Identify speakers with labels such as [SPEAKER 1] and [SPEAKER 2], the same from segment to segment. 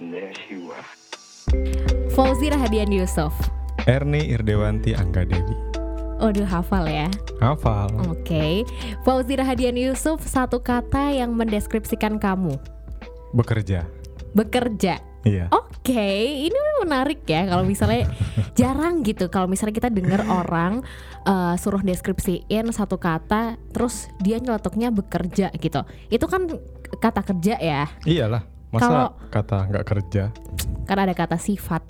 [SPEAKER 1] and there she was.
[SPEAKER 2] Fauzi Rahadian Yusof.
[SPEAKER 3] Erni Irdewanti Angga Dewi.
[SPEAKER 2] Waduh hafal ya.
[SPEAKER 3] Hafal.
[SPEAKER 2] Oke. Fauzi Rahadian Yusuf satu kata yang mendeskripsikan kamu.
[SPEAKER 3] Bekerja.
[SPEAKER 2] Bekerja.
[SPEAKER 3] Iya.
[SPEAKER 2] Oke, ini memang menarik ya kalau misalnya jarang gitu kalau misalnya kita dengar orang eh, suruh deskripsiin satu kata terus dia nyelotoknya bekerja gitu. Itu kan kata kerja ya.
[SPEAKER 3] Iyalah. Masa
[SPEAKER 2] Kalau-
[SPEAKER 3] kata nggak kerja?
[SPEAKER 2] Kan ada kata sifat,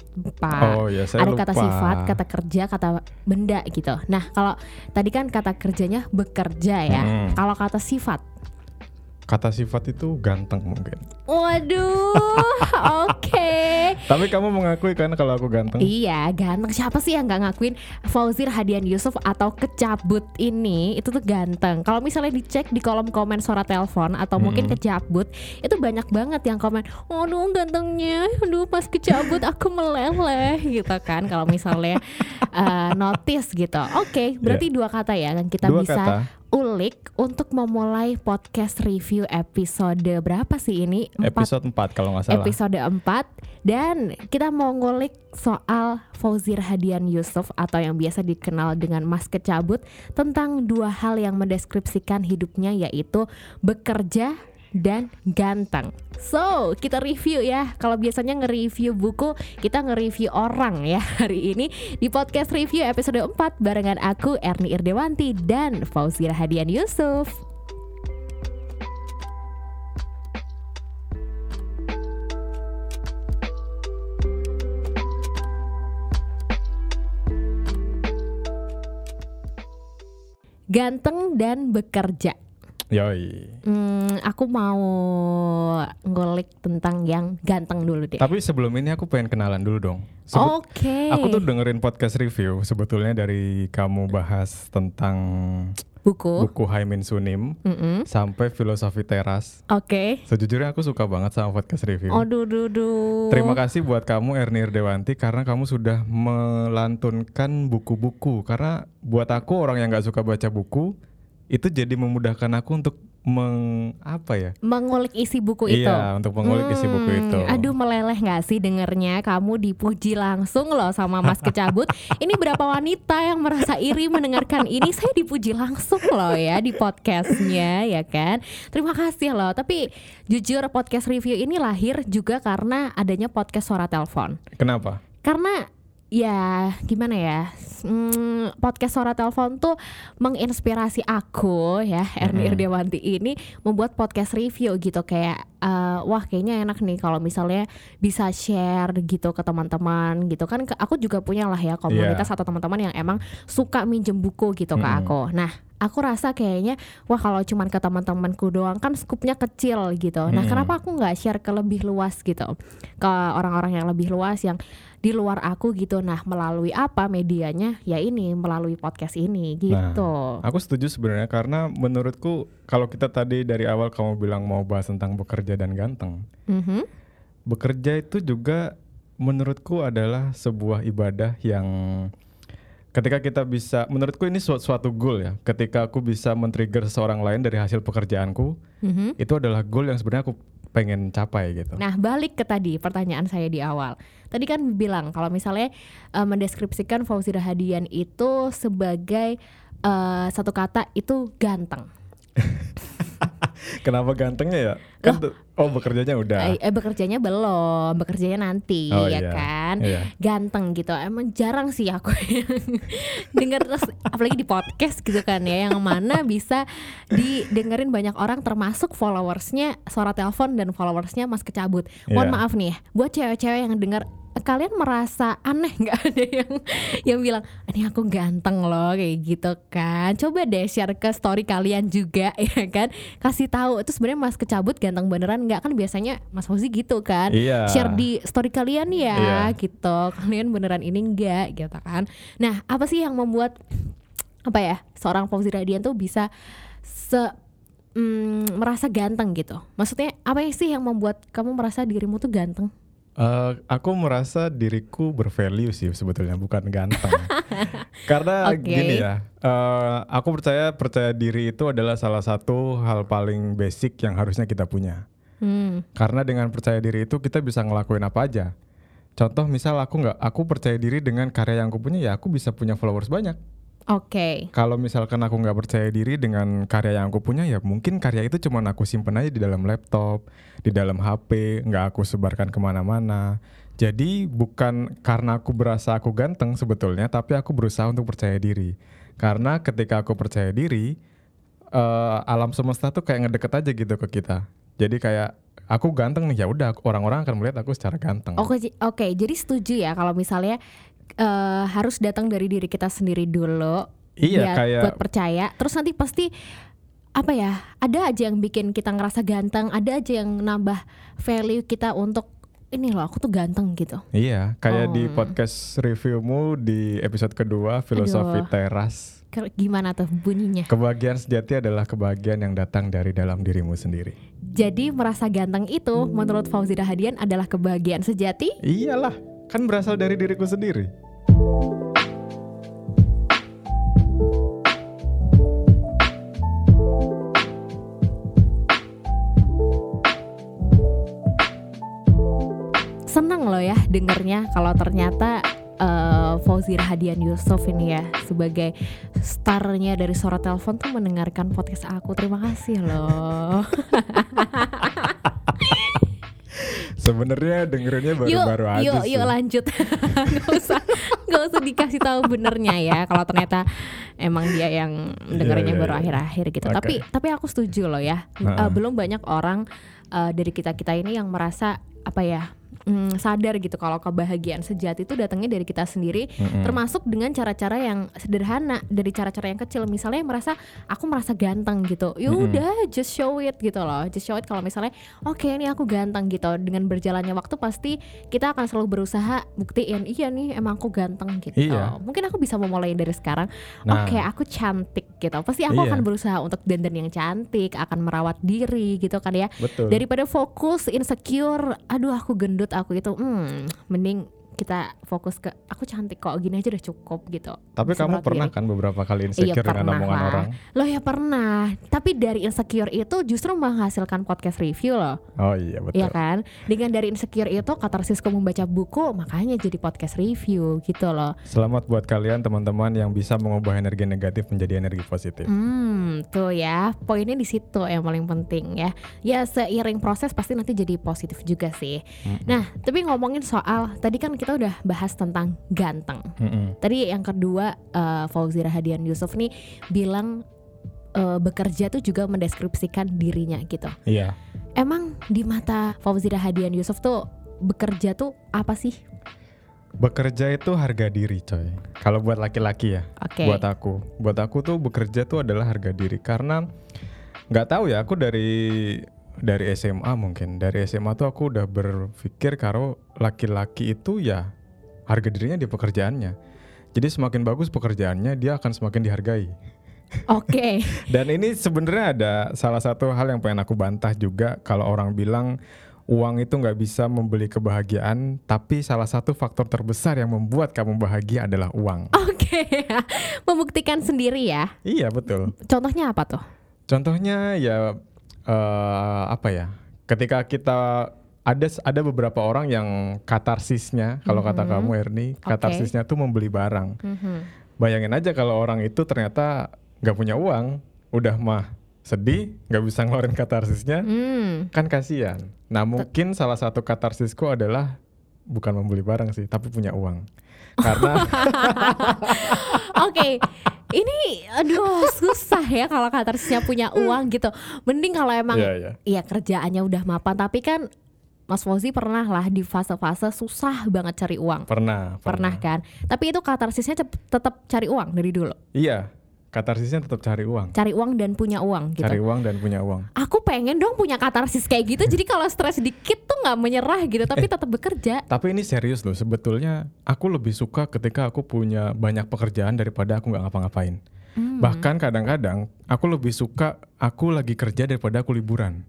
[SPEAKER 2] Pak.
[SPEAKER 3] Oh ya, saya
[SPEAKER 2] Ah, ada
[SPEAKER 3] lupa.
[SPEAKER 2] kata sifat, kata kerja, kata benda gitu. Nah, kalau tadi kan kata kerjanya bekerja ya.
[SPEAKER 3] Mm-mm.
[SPEAKER 2] Kalau kata sifat,
[SPEAKER 3] Kata sifat itu ganteng mungkin.
[SPEAKER 2] waduh, oke.
[SPEAKER 3] Tapi kamu mengakui kan kalau aku ganteng?
[SPEAKER 2] Iya, ganteng. Siapa sih yang nggak ngakuin Fauzir Hadian Yusuf atau kecabut ini itu tuh ganteng. Kalau misalnya dicek di kolom komen suara telepon atau mungkin
[SPEAKER 3] Mm-mm.
[SPEAKER 2] kecabut, itu banyak banget yang komen, "Aduh, gantengnya. Aduh, pas kecabut aku meleleh." gitu kan kalau misalnya eh, notice gitu. Oke, berarti dua kata ya yang kita
[SPEAKER 3] Iya. Dua
[SPEAKER 2] bisa
[SPEAKER 3] kata.
[SPEAKER 2] ulik untuk memulai podcast review episode berapa sih ini? Empat
[SPEAKER 3] Episode 4 kalau nggak salah.
[SPEAKER 2] episode 4 dan kita mau ngulik soal Fauzir Hadian Yusuf atau yang biasa dikenal dengan Mas Kecabut tentang dua hal yang mendeskripsikan hidupnya yaitu bekerja dan ganteng. So, kita review ya. Kalau biasanya nge-review buku, kita nge-review orang ya hari ini di podcast review episode 4 barengan aku Erni Irdewanti dan Fauzir Hadian Yusuf. Ganteng dan bekerja.
[SPEAKER 3] Yoi.
[SPEAKER 2] Hmm, aku mau ngulik tentang yang ganteng dulu deh.
[SPEAKER 3] Tapi sebelum ini aku pengen kenalan dulu dong. Sebut-
[SPEAKER 2] Oke.
[SPEAKER 3] Aku tuh dengerin podcast review sebetulnya dari kamu bahas tentang
[SPEAKER 2] buku.
[SPEAKER 3] buku Haimin Sunim
[SPEAKER 2] Mm-mm.
[SPEAKER 3] sampai filosofi teras.
[SPEAKER 2] Oke.
[SPEAKER 3] Sejujurnya aku suka banget sama podcast review.
[SPEAKER 2] Oh Aduh, duh, duh.
[SPEAKER 3] Terima kasih buat kamu Erni Dewanti karena kamu sudah melantunkan buku-buku karena buat aku orang yang nggak suka baca buku itu jadi memudahkan aku untuk meng apa ya?
[SPEAKER 2] Mengulik isi buku itu.
[SPEAKER 3] Iya, untuk mengulik isi buku
[SPEAKER 2] Hmm,
[SPEAKER 3] itu.
[SPEAKER 2] Aduh meleleh nggak sih dengernya kamu dipuji langsung loh sama Mas Kecabut. ini berapa wanita yang merasa iri mendengarkan ini? Saya dipuji langsung loh ya di podcastnya ya kan. Terima kasih loh. Tapi jujur podcast review ini lahir juga karena adanya podcast suara telepon.
[SPEAKER 3] Kenapa?
[SPEAKER 2] Karena ya gimana ya hmm, podcast suara telepon tuh menginspirasi aku ya Erni
[SPEAKER 3] Mm-mm.
[SPEAKER 2] Irdewanti ini membuat podcast review gitu kayak eh, wah kayaknya enak nih kalau misalnya bisa share gitu ke teman-teman gitu kan ke- aku juga punya lah ya komunitas atau teman-teman yang emang suka minjem buku gitu ke
[SPEAKER 3] Mm-mm.
[SPEAKER 2] aku nah aku rasa kayaknya wah kalau cuman ke teman-temanku doang kan skupnya kecil gitu nah
[SPEAKER 3] Mm-mm.
[SPEAKER 2] kenapa aku nggak share ke lebih luas gitu ke orang-orang yang lebih luas yang di luar aku gitu. Nah, melalui apa medianya? Ya ini melalui podcast ini gitu.
[SPEAKER 3] Aku setuju sebenarnya karena menurutku kalau kita tadi dari awal kamu bilang mau bahas tentang bekerja dan ganteng.
[SPEAKER 2] Mhm.
[SPEAKER 3] bekerja itu juga menurutku adalah sebuah ibadah yang ketika kita bisa menurutku ini suatu, suatu goal ya ketika aku bisa men-trigger seseorang lain dari hasil pekerjaanku
[SPEAKER 2] Mhm.
[SPEAKER 3] itu adalah goal yang sebenarnya aku pengen capai gitu
[SPEAKER 2] Nah, balik ke tadi pertanyaan saya di awal. Tadi kan bilang kalau misalnya eh, mendeskripsikan Fauzi Rahadian itu sebagai eh, satu kata itu ganteng.
[SPEAKER 3] kenapa gantengnya ya kan tuh- oh bekerjanya udah
[SPEAKER 2] Eh, eh, bekerjanya belum, bekerjanya nanti
[SPEAKER 3] Oh,
[SPEAKER 2] ya
[SPEAKER 3] iya.
[SPEAKER 2] kan.
[SPEAKER 3] iya
[SPEAKER 2] ganteng gitu emang jarang sih aku yang denger terus apalagi di podcast gitu kan ya yang mana bisa didengerin banyak orang termasuk followersnya suara telepon dan followersnya mas kecabut mohon
[SPEAKER 3] Iya.
[SPEAKER 2] maaf nih ya buat cewek-cewek yang dengar kalian merasa aneh nggak ada yang yang bilang ini aku ganteng loh kayak gitu kan coba deh share ke story kalian juga ya kan kasih tahu itu sebenarnya mas kecabut ganteng beneran nggak kan biasanya mas Fauzi gitu kan
[SPEAKER 3] iya
[SPEAKER 2] share di story kalian ya
[SPEAKER 3] Iya.
[SPEAKER 2] gitu kalian beneran ini enggak gitu kan nah apa sih yang membuat apa ya seorang Fauzi Radian tuh bisa se mm, merasa ganteng gitu maksudnya apa sih yang membuat kamu merasa dirimu tuh ganteng
[SPEAKER 3] Eh, aku merasa diriku bervalue sih sebetulnya bukan ganteng. Karena
[SPEAKER 2] Oke.
[SPEAKER 3] gini ya, eh, aku percaya percaya diri itu adalah salah satu hal paling basic yang harusnya kita punya.
[SPEAKER 2] Hmm.
[SPEAKER 3] Karena dengan percaya diri itu kita bisa ngelakuin apa aja. Contoh misal aku nggak, aku percaya diri dengan karya yang aku punya ya aku bisa punya followers banyak.
[SPEAKER 2] Oke.
[SPEAKER 3] Kalau misalkan aku nggak percaya diri dengan karya yang aku punya ya mungkin karya itu cuma aku simpen aja di dalam laptop, di dalam HP, nggak aku sebarkan kemana-mana. Jadi bukan karena aku berasa aku ganteng sebetulnya, tapi aku berusaha untuk percaya diri. Karena ketika aku percaya diri, eh, alam semesta tuh kayak ngedeket aja gitu ke kita. Jadi kayak aku ganteng nih ya udah orang-orang akan melihat aku secara ganteng.
[SPEAKER 2] Oke, ji- oke. Jadi setuju ya kalau misalnya eh, harus datang dari diri kita sendiri dulu.
[SPEAKER 3] Iya,
[SPEAKER 2] biar-
[SPEAKER 3] kayak-
[SPEAKER 2] buat percaya. Terus nanti pasti apa ya? Ada aja yang bikin kita ngerasa ganteng, ada aja yang nambah value kita untuk ini loh, aku tuh ganteng gitu.
[SPEAKER 3] Iya, kayak di
[SPEAKER 2] Oh.
[SPEAKER 3] podcast reviewmu di episode kedua filosofi
[SPEAKER 2] Aduh.
[SPEAKER 3] teras.
[SPEAKER 2] Ke- Gimana tuh bunyinya?
[SPEAKER 3] Kebahagiaan sejati adalah kebahagiaan yang datang dari dalam dirimu sendiri.
[SPEAKER 2] Jadi merasa ganteng itu menurut Fauzi Rahadian adalah kebahagiaan sejati.
[SPEAKER 3] Iyalah, kan berasal dari diriku sendiri.
[SPEAKER 2] Senang loh ya dengernya kalau ternyata eh, Fauzi Rahadian Yusuf ini ya sebagai starnya dari Suara Telepon tuh mendengarkan podcast aku. Terima kasih loh.
[SPEAKER 3] Sebenarnya dengerinnya baru-baru aja
[SPEAKER 2] yuk,
[SPEAKER 3] sih.
[SPEAKER 2] yuk lanjut. gak usah, gak usah dikasih tahu benernya ya. Kalau ternyata emang dia yang dengarnya
[SPEAKER 3] iya,
[SPEAKER 2] baru
[SPEAKER 3] iya.
[SPEAKER 2] akhir-akhir gitu.
[SPEAKER 3] Oke.
[SPEAKER 2] Tapi, tapi aku setuju loh ya.
[SPEAKER 3] Ha-ha.
[SPEAKER 2] Eh, belum banyak orang eh, dari kita kita ini yang merasa apa ya mm, sadar gitu kalau kebahagiaan sejati itu datangnya dari kita sendiri.
[SPEAKER 3] Mm-mm.
[SPEAKER 2] Termasuk dengan cara-cara yang sederhana, dari cara-cara yang kecil. Misalnya yang merasa aku merasa ganteng gitu. Ya
[SPEAKER 3] Mm-mm.
[SPEAKER 2] udah, just show it gitu loh. Just show it kalau misalnya oke ini aku ganteng gitu. Dengan berjalannya waktu pasti kita akan selalu berusaha buktiin iya nih emang aku ganteng gitu.
[SPEAKER 3] Iya.
[SPEAKER 2] Mungkin aku bisa memulai dari sekarang.
[SPEAKER 3] Nah.
[SPEAKER 2] Oke, aku cantik gitu. Pasti aku
[SPEAKER 3] Iya.
[SPEAKER 2] akan berusaha untuk dandan yang cantik, akan merawat diri gitu kan ya.
[SPEAKER 3] Betul.
[SPEAKER 2] Daripada fokus insecure, aduh aku gendut aku itu, hmm, mending kita fokus ke aku cantik kok gini aja udah cukup gitu.
[SPEAKER 3] Tapi
[SPEAKER 2] Bisa
[SPEAKER 3] kamu
[SPEAKER 2] merawat
[SPEAKER 3] pernah
[SPEAKER 2] diri.
[SPEAKER 3] kan beberapa kali
[SPEAKER 2] Iya
[SPEAKER 3] insecure dengan
[SPEAKER 2] pernah
[SPEAKER 3] omongan
[SPEAKER 2] lah.
[SPEAKER 3] orang?
[SPEAKER 2] Loh ya pernah. Tapi dari insecure itu justru menghasilkan podcast review loh,
[SPEAKER 3] Oh iya betul.
[SPEAKER 2] Iya kan? Dengan dari insecure itu katarsisku membaca buku, makanya jadi podcast review gitu loh.
[SPEAKER 3] Selamat buat kalian teman-teman yang bisa mengubah energi negatif menjadi energi positif.
[SPEAKER 2] Hmm, tuh ya. Poinnya di situ yang paling penting ya. Ya seiring proses pasti nanti jadi positif juga sih. Nah, tapi ngomongin soal tadi kan kita udah bahas tentang ganteng.
[SPEAKER 3] Mm-mm.
[SPEAKER 2] Tadi yang kedua eh, Fauzi Rahadian Yusuf nih bilang eh, bekerja tuh juga mendeskripsikan dirinya gitu.
[SPEAKER 3] Iya.
[SPEAKER 2] Emang di mata Fauzi Rahadian Yusuf tuh bekerja tuh apa sih?
[SPEAKER 3] Bekerja itu harga diri, coy. Kalau buat laki-laki ya.
[SPEAKER 2] Oke.
[SPEAKER 3] buat aku buat aku tuh bekerja tuh adalah harga diri karena nggak tahu ya aku dari dari SMA mungkin dari SMA tuh aku udah berpikir kalau laki-laki itu ya harga dirinya di pekerjaannya jadi semakin bagus pekerjaannya dia akan semakin dihargai
[SPEAKER 2] Oke.
[SPEAKER 3] dan ini sebenarnya ada salah satu hal yang pengen aku bantah juga kalau orang bilang uang itu nggak bisa membeli kebahagiaan tapi salah satu faktor terbesar yang membuat kamu bahagia adalah uang
[SPEAKER 2] Oke. Membuktikan sendiri ya.
[SPEAKER 3] iya betul
[SPEAKER 2] Contohnya apa tuh?
[SPEAKER 3] Contohnya ya eh, apa ya? Ketika kita ada ada beberapa orang yang katarsisnya kalau kata
[SPEAKER 2] Mhm.
[SPEAKER 3] kamu Erni,
[SPEAKER 2] Oke.
[SPEAKER 3] katarsisnya tuh membeli barang.
[SPEAKER 2] Mhm.
[SPEAKER 3] Bayangin aja kalau orang itu ternyata nggak punya uang, udah mah sedih, nggak bisa ngeluarin katarsisnya,
[SPEAKER 2] Hmm.
[SPEAKER 3] kan kasihan. Nah, mungkin salah satu katarsisku adalah bukan membeli barang sih, tapi punya uang. Karena
[SPEAKER 2] Oke, ini aduh susah ya kalau katarsisnya punya uang gitu. Mending kalau emang
[SPEAKER 3] Iya, iya.
[SPEAKER 2] ya kerjaannya udah mapan, tapi kan Mas Fauzi pernah lah di fase-fase susah banget cari uang.
[SPEAKER 3] pernah,
[SPEAKER 2] Pernah kan? Tapi itu katarsisnya cep- tetap cari uang dari dulu.
[SPEAKER 3] Iya, katarsisnya tetap cari uang.
[SPEAKER 2] Cari uang dan punya uang gitu.
[SPEAKER 3] Cari uang dan punya uang.
[SPEAKER 2] Aku pengen dong punya katarsis kayak gitu. jadi kalau stres dikit tuh nggak menyerah gitu, tapi tetap bekerja.
[SPEAKER 3] Tapi ini serius loh, sebetulnya aku lebih suka ketika aku punya banyak pekerjaan daripada aku nggak ngapa-ngapain.
[SPEAKER 2] Hmm.
[SPEAKER 3] Bahkan kadang-kadang aku lebih suka aku lagi kerja daripada aku liburan.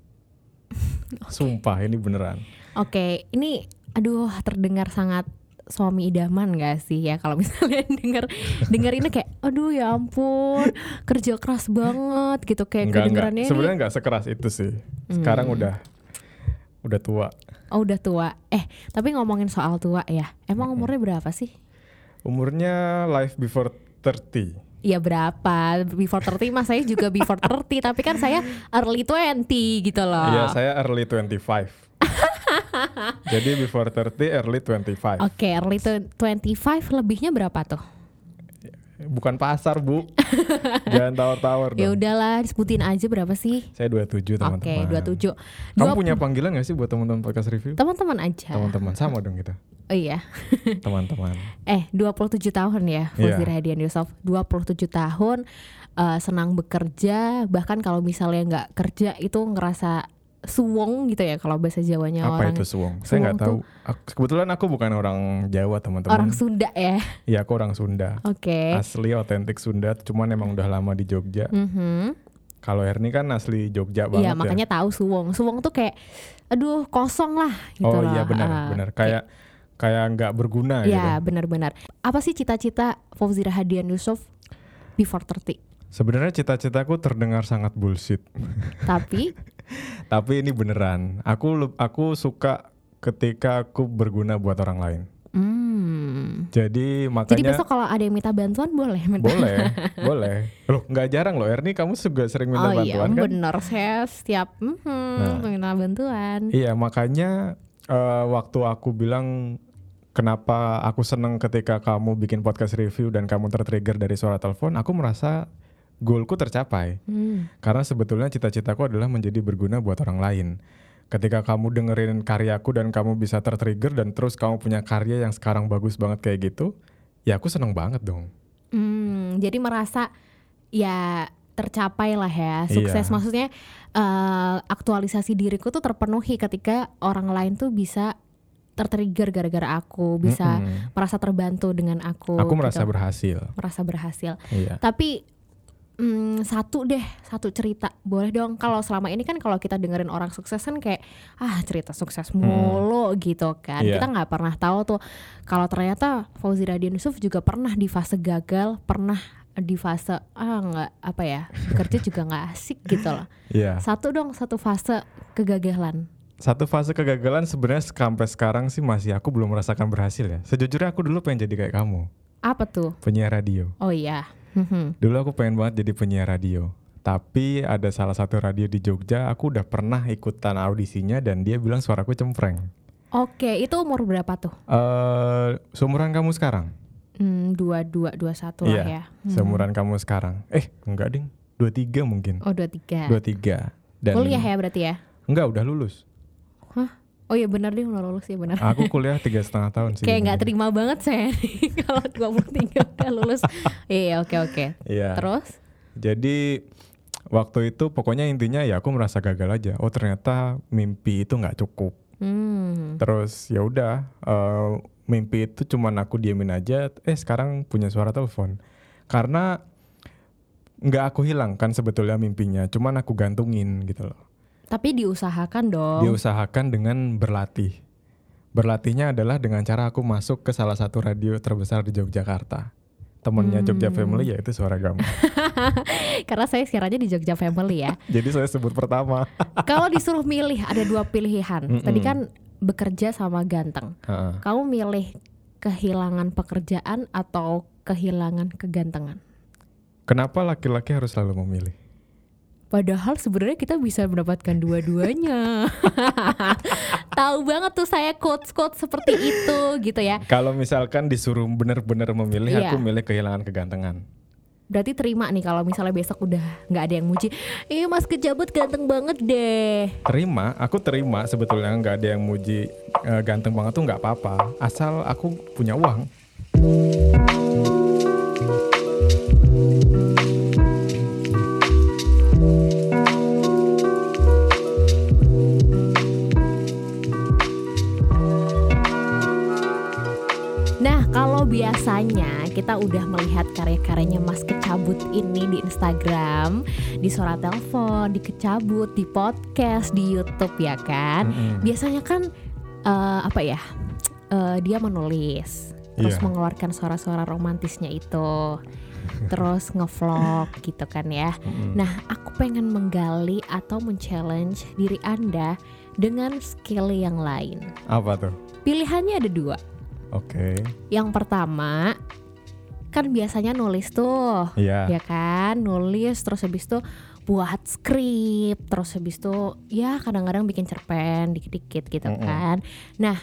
[SPEAKER 3] Sumpah ini beneran.
[SPEAKER 2] Oke, ini aduh terdengar sangat suami idaman gak sih ya kalau misalnya denger denger ini kayak aduh ya ampun kerja keras banget gitu kayak
[SPEAKER 3] Enggak, enggak.
[SPEAKER 2] kedengerannya ini Hmm.
[SPEAKER 3] Sebenarnya nggak sekeras itu sih. Sekarang udah udah tua.
[SPEAKER 2] Oh udah tua. Eh tapi ngomongin soal tua ya. Emang umurnya berapa sih?
[SPEAKER 3] Umurnya life before 30.
[SPEAKER 2] Ya berapa? Before 30 mas saya juga before 30 tapi kan saya early 20 gitu loh.
[SPEAKER 3] Iya, saya early 25. Jadi before 30 early 25.
[SPEAKER 2] Oke, early tw- 25 lebihnya berapa tuh?
[SPEAKER 3] Bukan pasar, Bu. Jangan tawar-tawar
[SPEAKER 2] Ya
[SPEAKER 3] dong.
[SPEAKER 2] udahlah disebutin aja berapa sih?
[SPEAKER 3] Saya 27, teman-teman.
[SPEAKER 2] Oke, 27.
[SPEAKER 3] Kamu
[SPEAKER 2] Dua-
[SPEAKER 3] punya panggilan gak sih buat teman-teman podcast review?
[SPEAKER 2] teman-teman aja.
[SPEAKER 3] Teman-teman sama dong kita.
[SPEAKER 2] Oh iya.
[SPEAKER 3] Teman-teman.
[SPEAKER 2] Eh, 27 tahun ya,
[SPEAKER 3] Iya.
[SPEAKER 2] Fauzi Radian Yusof. 27 tahun eh, senang bekerja, bahkan kalau misalnya nggak kerja itu ngerasa suwong gitu ya kalau bahasa Jawanya
[SPEAKER 3] Apa
[SPEAKER 2] orang
[SPEAKER 3] itu suwong? Saya nggak
[SPEAKER 2] suwong
[SPEAKER 3] tahu. Aku- kebetulan aku bukan orang
[SPEAKER 2] orang
[SPEAKER 3] Jawa, teman-teman.
[SPEAKER 2] Sunda ya.
[SPEAKER 3] Iya, aku orang Sunda.
[SPEAKER 2] Oke.
[SPEAKER 3] Asli otentik Sunda, cuman emang udah lama di Jogja.
[SPEAKER 2] Mhm.
[SPEAKER 3] Kalau Erni kan asli Jogja
[SPEAKER 2] Iya,
[SPEAKER 3] banget ya.
[SPEAKER 2] makanya tahu suwong. Suwong tuh kayak aduh, kosong lah gitu
[SPEAKER 3] oh
[SPEAKER 2] loh.
[SPEAKER 3] iya benar,
[SPEAKER 2] Ah,
[SPEAKER 3] benar. Kayak kayak nggak berguna gitu.
[SPEAKER 2] Iya, benar-benar. Apa sih cita-cita Fauzi Radian Yusof before 30?
[SPEAKER 3] Sebenarnya cita-citaku terdengar sangat bullshit,
[SPEAKER 2] Tapi
[SPEAKER 3] tapi ini beneran. Aku leb- aku suka ketika aku berguna buat orang lain.
[SPEAKER 2] hmm.
[SPEAKER 3] Jadi
[SPEAKER 2] Jadi
[SPEAKER 3] makanya
[SPEAKER 2] besok kalau ada yang minta bantuan boleh minta
[SPEAKER 3] boleh, boleh. Loh, nggak jarang loh Erni kamu juga sering minta
[SPEAKER 2] oh iya,
[SPEAKER 3] bantuan kan? Nah.
[SPEAKER 2] benar saya setiap mhm, minta bantuan.
[SPEAKER 3] Iya, makanya eh, waktu aku bilang kenapa aku seneng ketika kamu bikin podcast review dan kamu tertrigger dari suara telepon, aku merasa goalku tercapai.
[SPEAKER 2] Hmm,
[SPEAKER 3] Karena sebetulnya cita-citaku adalah menjadi berguna buat orang lain. Ketika kamu dengerin karyaku dan kamu bisa tertrigger dan terus kamu punya karya yang sekarang bagus banget kayak gitu, ya aku seneng banget dong.
[SPEAKER 2] Hmm, jadi merasa ya tercapai lah ya sukses
[SPEAKER 3] Iya.
[SPEAKER 2] maksudnya eh, aktualisasi diriku tuh terpenuhi ketika orang lain tuh bisa tertrigger gara-gara aku bisa
[SPEAKER 3] Mm-mm.
[SPEAKER 2] merasa terbantu dengan aku
[SPEAKER 3] Aku
[SPEAKER 2] gitu.
[SPEAKER 3] merasa berhasil.
[SPEAKER 2] merasa berhasil
[SPEAKER 3] Iya.
[SPEAKER 2] tapi hmm, satu deh satu cerita boleh dong kalau selama ini kan kalau kita dengerin orang sukses kan kayak ah cerita sukses mulu gitu kan
[SPEAKER 3] Iya.
[SPEAKER 2] kita nggak pernah tahu tuh kalau ternyata Fauzi Radian Yusuf juga pernah di fase gagal pernah di fase ah nggak apa ya kerja juga nggak asik gitu loh
[SPEAKER 3] Iya.
[SPEAKER 2] satu dong satu fase kegagalan
[SPEAKER 3] satu fase kegagalan sebenarnya sampai sekarang sih masih aku belum merasakan berhasil ya. Sejujurnya aku dulu pengen jadi kayak kamu,
[SPEAKER 2] apa tuh
[SPEAKER 3] penyiar radio.
[SPEAKER 2] oh iya Mhm.
[SPEAKER 3] Dulu aku pengen banget jadi penyiar radio. Tapi ada salah satu radio di Jogja, aku udah pernah ikutan audisinya dan dia bilang suaraku cempreng.
[SPEAKER 2] oke itu umur berapa tuh
[SPEAKER 3] Eh, seumuran kamu sekarang?
[SPEAKER 2] hmm, dua dua dua satu lah
[SPEAKER 3] Iya,
[SPEAKER 2] ya Hmm.
[SPEAKER 3] Seumuran kamu sekarang? Eh, enggak ding. 23 mungkin.
[SPEAKER 2] oh dua tiga
[SPEAKER 3] 23. Dan
[SPEAKER 2] kuliah ya berarti ya
[SPEAKER 3] Enggak, udah lulus.
[SPEAKER 2] Oh iya benar deh udah lulus ya benar.
[SPEAKER 3] Aku kuliah tiga setengah tahun sih.
[SPEAKER 2] Kayak nggak terima banget saya nih kalau 23 udah lulus. Iya oke oke.
[SPEAKER 3] Iya.
[SPEAKER 2] Terus
[SPEAKER 3] Jadi waktu itu pokoknya intinya ya aku merasa gagal aja. Oh ternyata mimpi itu nggak cukup.
[SPEAKER 2] hmm.
[SPEAKER 3] Terus ya udah eh, mimpi itu cuman aku diamin aja. Eh sekarang punya suara telepon. Karena nggak aku hilangkan sebetulnya mimpinya. Cuman aku gantungin gitu loh.
[SPEAKER 2] Tapi diusahakan dong.
[SPEAKER 3] Diusahakan dengan berlatih. Berlatihnya adalah dengan cara aku masuk ke salah satu radio terbesar di Yogyakarta. Temennya Jogja Family yaitu Suara Gama.
[SPEAKER 2] Karena saya siarannya di Jogja Family ya.
[SPEAKER 3] Jadi saya sebut pertama.
[SPEAKER 2] kalau disuruh milih ada dua pilihan. Tadi
[SPEAKER 3] Mm-mm.
[SPEAKER 2] kan bekerja sama ganteng.
[SPEAKER 3] Heeh.
[SPEAKER 2] Kamu milih kehilangan pekerjaan atau kehilangan kegantengan?
[SPEAKER 3] Kenapa laki-laki harus selalu memilih?
[SPEAKER 2] Padahal sebenarnya kita bisa mendapatkan dua-duanya. Tahu banget tuh saya quotes-quotes seperti itu gitu ya.
[SPEAKER 3] Kalau misalkan disuruh benar-benar memilih,
[SPEAKER 2] Iya.
[SPEAKER 3] aku milih kehilangan kegantengan.
[SPEAKER 2] Berarti terima nih kalau misalnya besok udah nggak ada yang muji. Ih mas kejabut ganteng banget deh.
[SPEAKER 3] Terima, aku terima sebetulnya nggak ada yang muji eh, ganteng banget tuh nggak apa-apa, asal aku punya uang.
[SPEAKER 2] Nah kalau biasanya kita udah melihat karya-karyanya mas kecabut ini di Instagram, di suara telepon, di kecabut, di podcast, di YouTube ya kan.
[SPEAKER 3] Mm-mm.
[SPEAKER 2] Biasanya kan eh, apa ya? Eh, dia menulis terus
[SPEAKER 3] Iya.
[SPEAKER 2] mengeluarkan suara-suara romantisnya itu terus ngevlog gitu kan ya
[SPEAKER 3] Mm-mm.
[SPEAKER 2] nah aku pengen menggali atau men-challenge diri anda dengan skill yang lain
[SPEAKER 3] Apa tuh?
[SPEAKER 2] pilihannya ada dua
[SPEAKER 3] Oke.
[SPEAKER 2] yang pertama kan biasanya nulis tuh
[SPEAKER 3] Iya.
[SPEAKER 2] ya kan nulis terus habis itu buat skrip terus habis itu ya kadang-kadang bikin cerpen dikit-dikit gitu
[SPEAKER 3] Mm-mm.
[SPEAKER 2] kan nah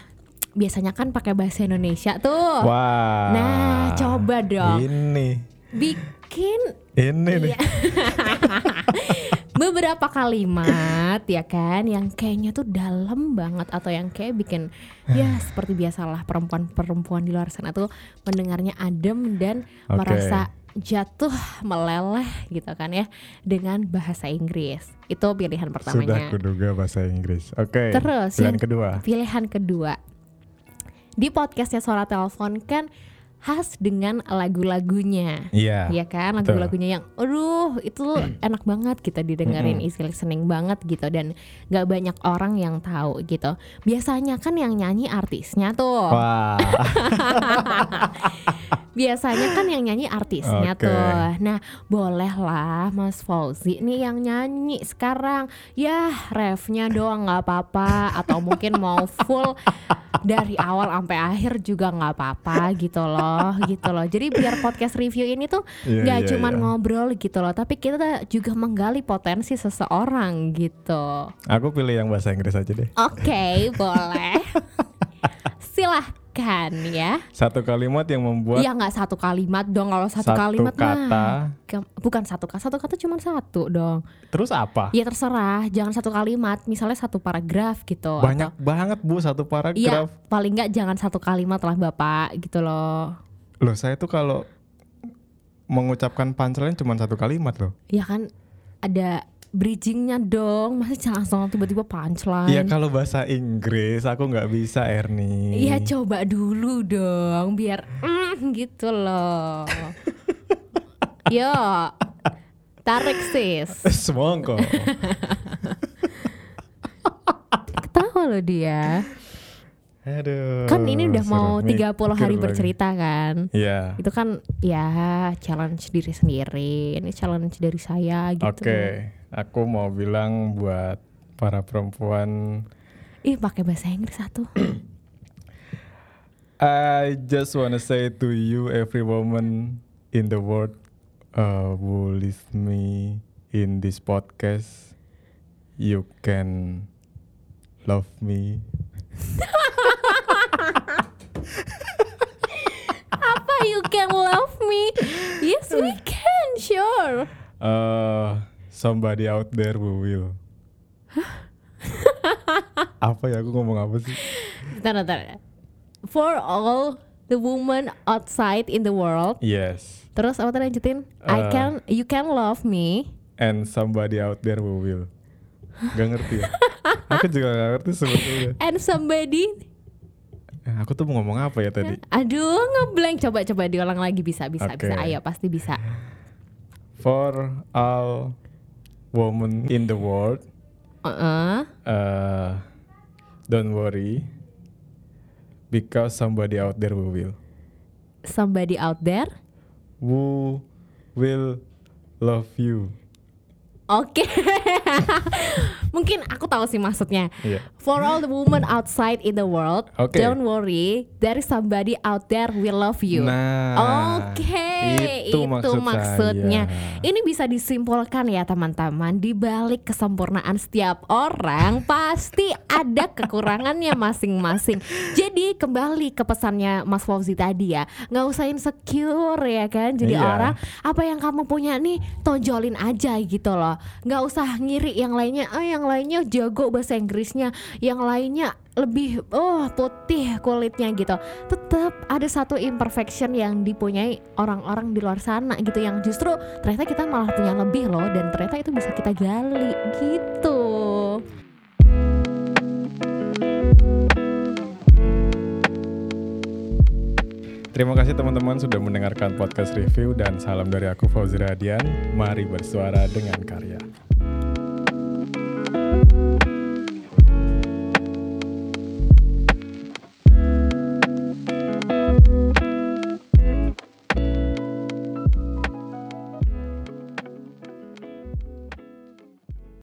[SPEAKER 2] biasanya kan pakai bahasa Indonesia tuh
[SPEAKER 3] Wah.
[SPEAKER 2] nah coba dong
[SPEAKER 3] Ini.
[SPEAKER 2] bikin
[SPEAKER 3] Ini nih.
[SPEAKER 2] Iya. beberapa kalimat ya kan yang kayaknya tuh dalam banget atau yang kayak bikin
[SPEAKER 3] Eh.
[SPEAKER 2] ya seperti biasalah perempuan-perempuan di luar sana tuh mendengarnya adem dan
[SPEAKER 3] Oke.
[SPEAKER 2] merasa jatuh meleleh gitu kan ya dengan bahasa Inggris. Itu pilihan
[SPEAKER 3] Sudah
[SPEAKER 2] pertamanya.
[SPEAKER 3] kuduga bahasa Inggris. Oke.
[SPEAKER 2] Terus
[SPEAKER 3] Pilihan
[SPEAKER 2] yang-
[SPEAKER 3] kedua.
[SPEAKER 2] Pilihan kedua. Di podcastnya Suara Telepon kan khas dengan lagu-lagunya.
[SPEAKER 3] Iya.
[SPEAKER 2] Iya kan
[SPEAKER 3] betul.
[SPEAKER 2] lagu-lagunya yang aduh itu enak banget kita didengerin easy listening banget gitu dan nggak banyak orang yang tahu gitu. Biasanya kan yang nyanyi artisnya tuh.
[SPEAKER 3] Wah.
[SPEAKER 2] Biasanya kan yang nyanyi artisnya
[SPEAKER 3] Oke.
[SPEAKER 2] tuh. Nah, bolehlah Mas Fauzi nih yang nyanyi sekarang. Ya, refnya doang nggak apa-apa atau mungkin mau full dari awal sampai akhir juga nggak apa-apa gitu loh, gitu loh. Jadi biar podcast review ini tuh
[SPEAKER 3] Iya,
[SPEAKER 2] nggak
[SPEAKER 3] iya,
[SPEAKER 2] cuman
[SPEAKER 3] iya.
[SPEAKER 2] ngobrol gitu loh tapi kita juga menggali potensi seseorang gitu
[SPEAKER 3] Aku pilih yang bahasa Inggris aja deh.
[SPEAKER 2] oke boleh silahkan ya
[SPEAKER 3] Satu kalimat yang membuat
[SPEAKER 2] ya nggak satu kalimat dong kalau satu,
[SPEAKER 3] satu,
[SPEAKER 2] kalimat
[SPEAKER 3] kata.
[SPEAKER 2] mah ke- bukan satu kata satu kata cuma satu dong
[SPEAKER 3] Terus apa?
[SPEAKER 2] ya terserah jangan satu kalimat misalnya satu paragraf gitu
[SPEAKER 3] Banyak banget Bu satu
[SPEAKER 2] Iya,
[SPEAKER 3] paragraf.
[SPEAKER 2] paling nggak jangan satu kalimat lah bapak gitu loh.
[SPEAKER 3] Loh, saya tuh kalau mengucapkan punchline cuma satu kalimat loh.
[SPEAKER 2] Ya kan ada bridgingnya dong, masih jangan langsung tiba-tiba punchline.
[SPEAKER 3] Iya kalau bahasa Inggris aku nggak bisa Erni.
[SPEAKER 2] Iya coba dulu dong biar mm, gitu loh. Yo, tarik sis.
[SPEAKER 3] Semongko.
[SPEAKER 2] Ketawa loh dia.
[SPEAKER 3] Aduh.
[SPEAKER 2] Kan ini udah mau 30
[SPEAKER 3] serem.
[SPEAKER 2] hari
[SPEAKER 3] Mikir lagi.
[SPEAKER 2] bercerita kan.
[SPEAKER 3] Iya.
[SPEAKER 2] Itu kan ya challenge diri sendiri. Ini challenge dari saya gitu.
[SPEAKER 3] Oke, aku mau bilang buat para perempuan
[SPEAKER 2] Ih, pakai bahasa Inggris satu.
[SPEAKER 3] I just wanna say to you every woman in the world uh, who listen me in this podcast you can love me.
[SPEAKER 2] Apa you can love me? Yes, we can, sure.
[SPEAKER 3] Uh, somebody out there who will. apa ya aku ngomong apa sih?
[SPEAKER 2] Bentar, bentar. For all the women outside in the world
[SPEAKER 3] Yes.
[SPEAKER 2] Terus apa tadi lanjutin? I
[SPEAKER 3] Eh.
[SPEAKER 2] can, you can love me.
[SPEAKER 3] And somebody out there who will. Gak ngerti ya? aku juga gak ngerti sebetulnya.
[SPEAKER 2] And somebody,
[SPEAKER 3] Eh, Aku tuh mau ngomong apa ya tadi?
[SPEAKER 2] aduh ngeblank. Coba coba diulang lagi bisa bisa
[SPEAKER 3] Oke.
[SPEAKER 2] bisa. Ayo pasti bisa.
[SPEAKER 3] For all women in the world,
[SPEAKER 2] Heeh.
[SPEAKER 3] uh, don't worry, because somebody out there who will,
[SPEAKER 2] Somebody out there.
[SPEAKER 3] who will love you.
[SPEAKER 2] Oke. Mungkin aku tahu sih maksudnya.
[SPEAKER 3] Iya.
[SPEAKER 2] For all the women outside in the world,
[SPEAKER 3] Oke.
[SPEAKER 2] don't worry, there is somebody out there will love you.
[SPEAKER 3] Nah,
[SPEAKER 2] Oke,
[SPEAKER 3] itu, maksud
[SPEAKER 2] maksudnya.
[SPEAKER 3] saya.
[SPEAKER 2] Ini bisa disimpulkan ya teman-teman, di balik kesempurnaan setiap orang pasti ada kekurangannya masing-masing. Jadi kembali ke pesannya Mas Fauzi tadi ya, nggak usah insecure ya kan. Jadi
[SPEAKER 3] Iya.
[SPEAKER 2] orang apa yang kamu punya nih tonjolin aja gitu loh. Nggak usah ngiri yang lainnya, ah yang lainnya jago bahasa Inggrisnya, yang lainnya lebih oh putih kulitnya gitu tetap ada satu imperfection yang dipunyai orang-orang di luar sana gitu yang justru ternyata kita malah punya lebih loh dan ternyata itu bisa kita gali gitu
[SPEAKER 3] Terima kasih teman-teman sudah mendengarkan podcast review dan salam dari aku Fauzi Radian. Mari bersuara dengan karya.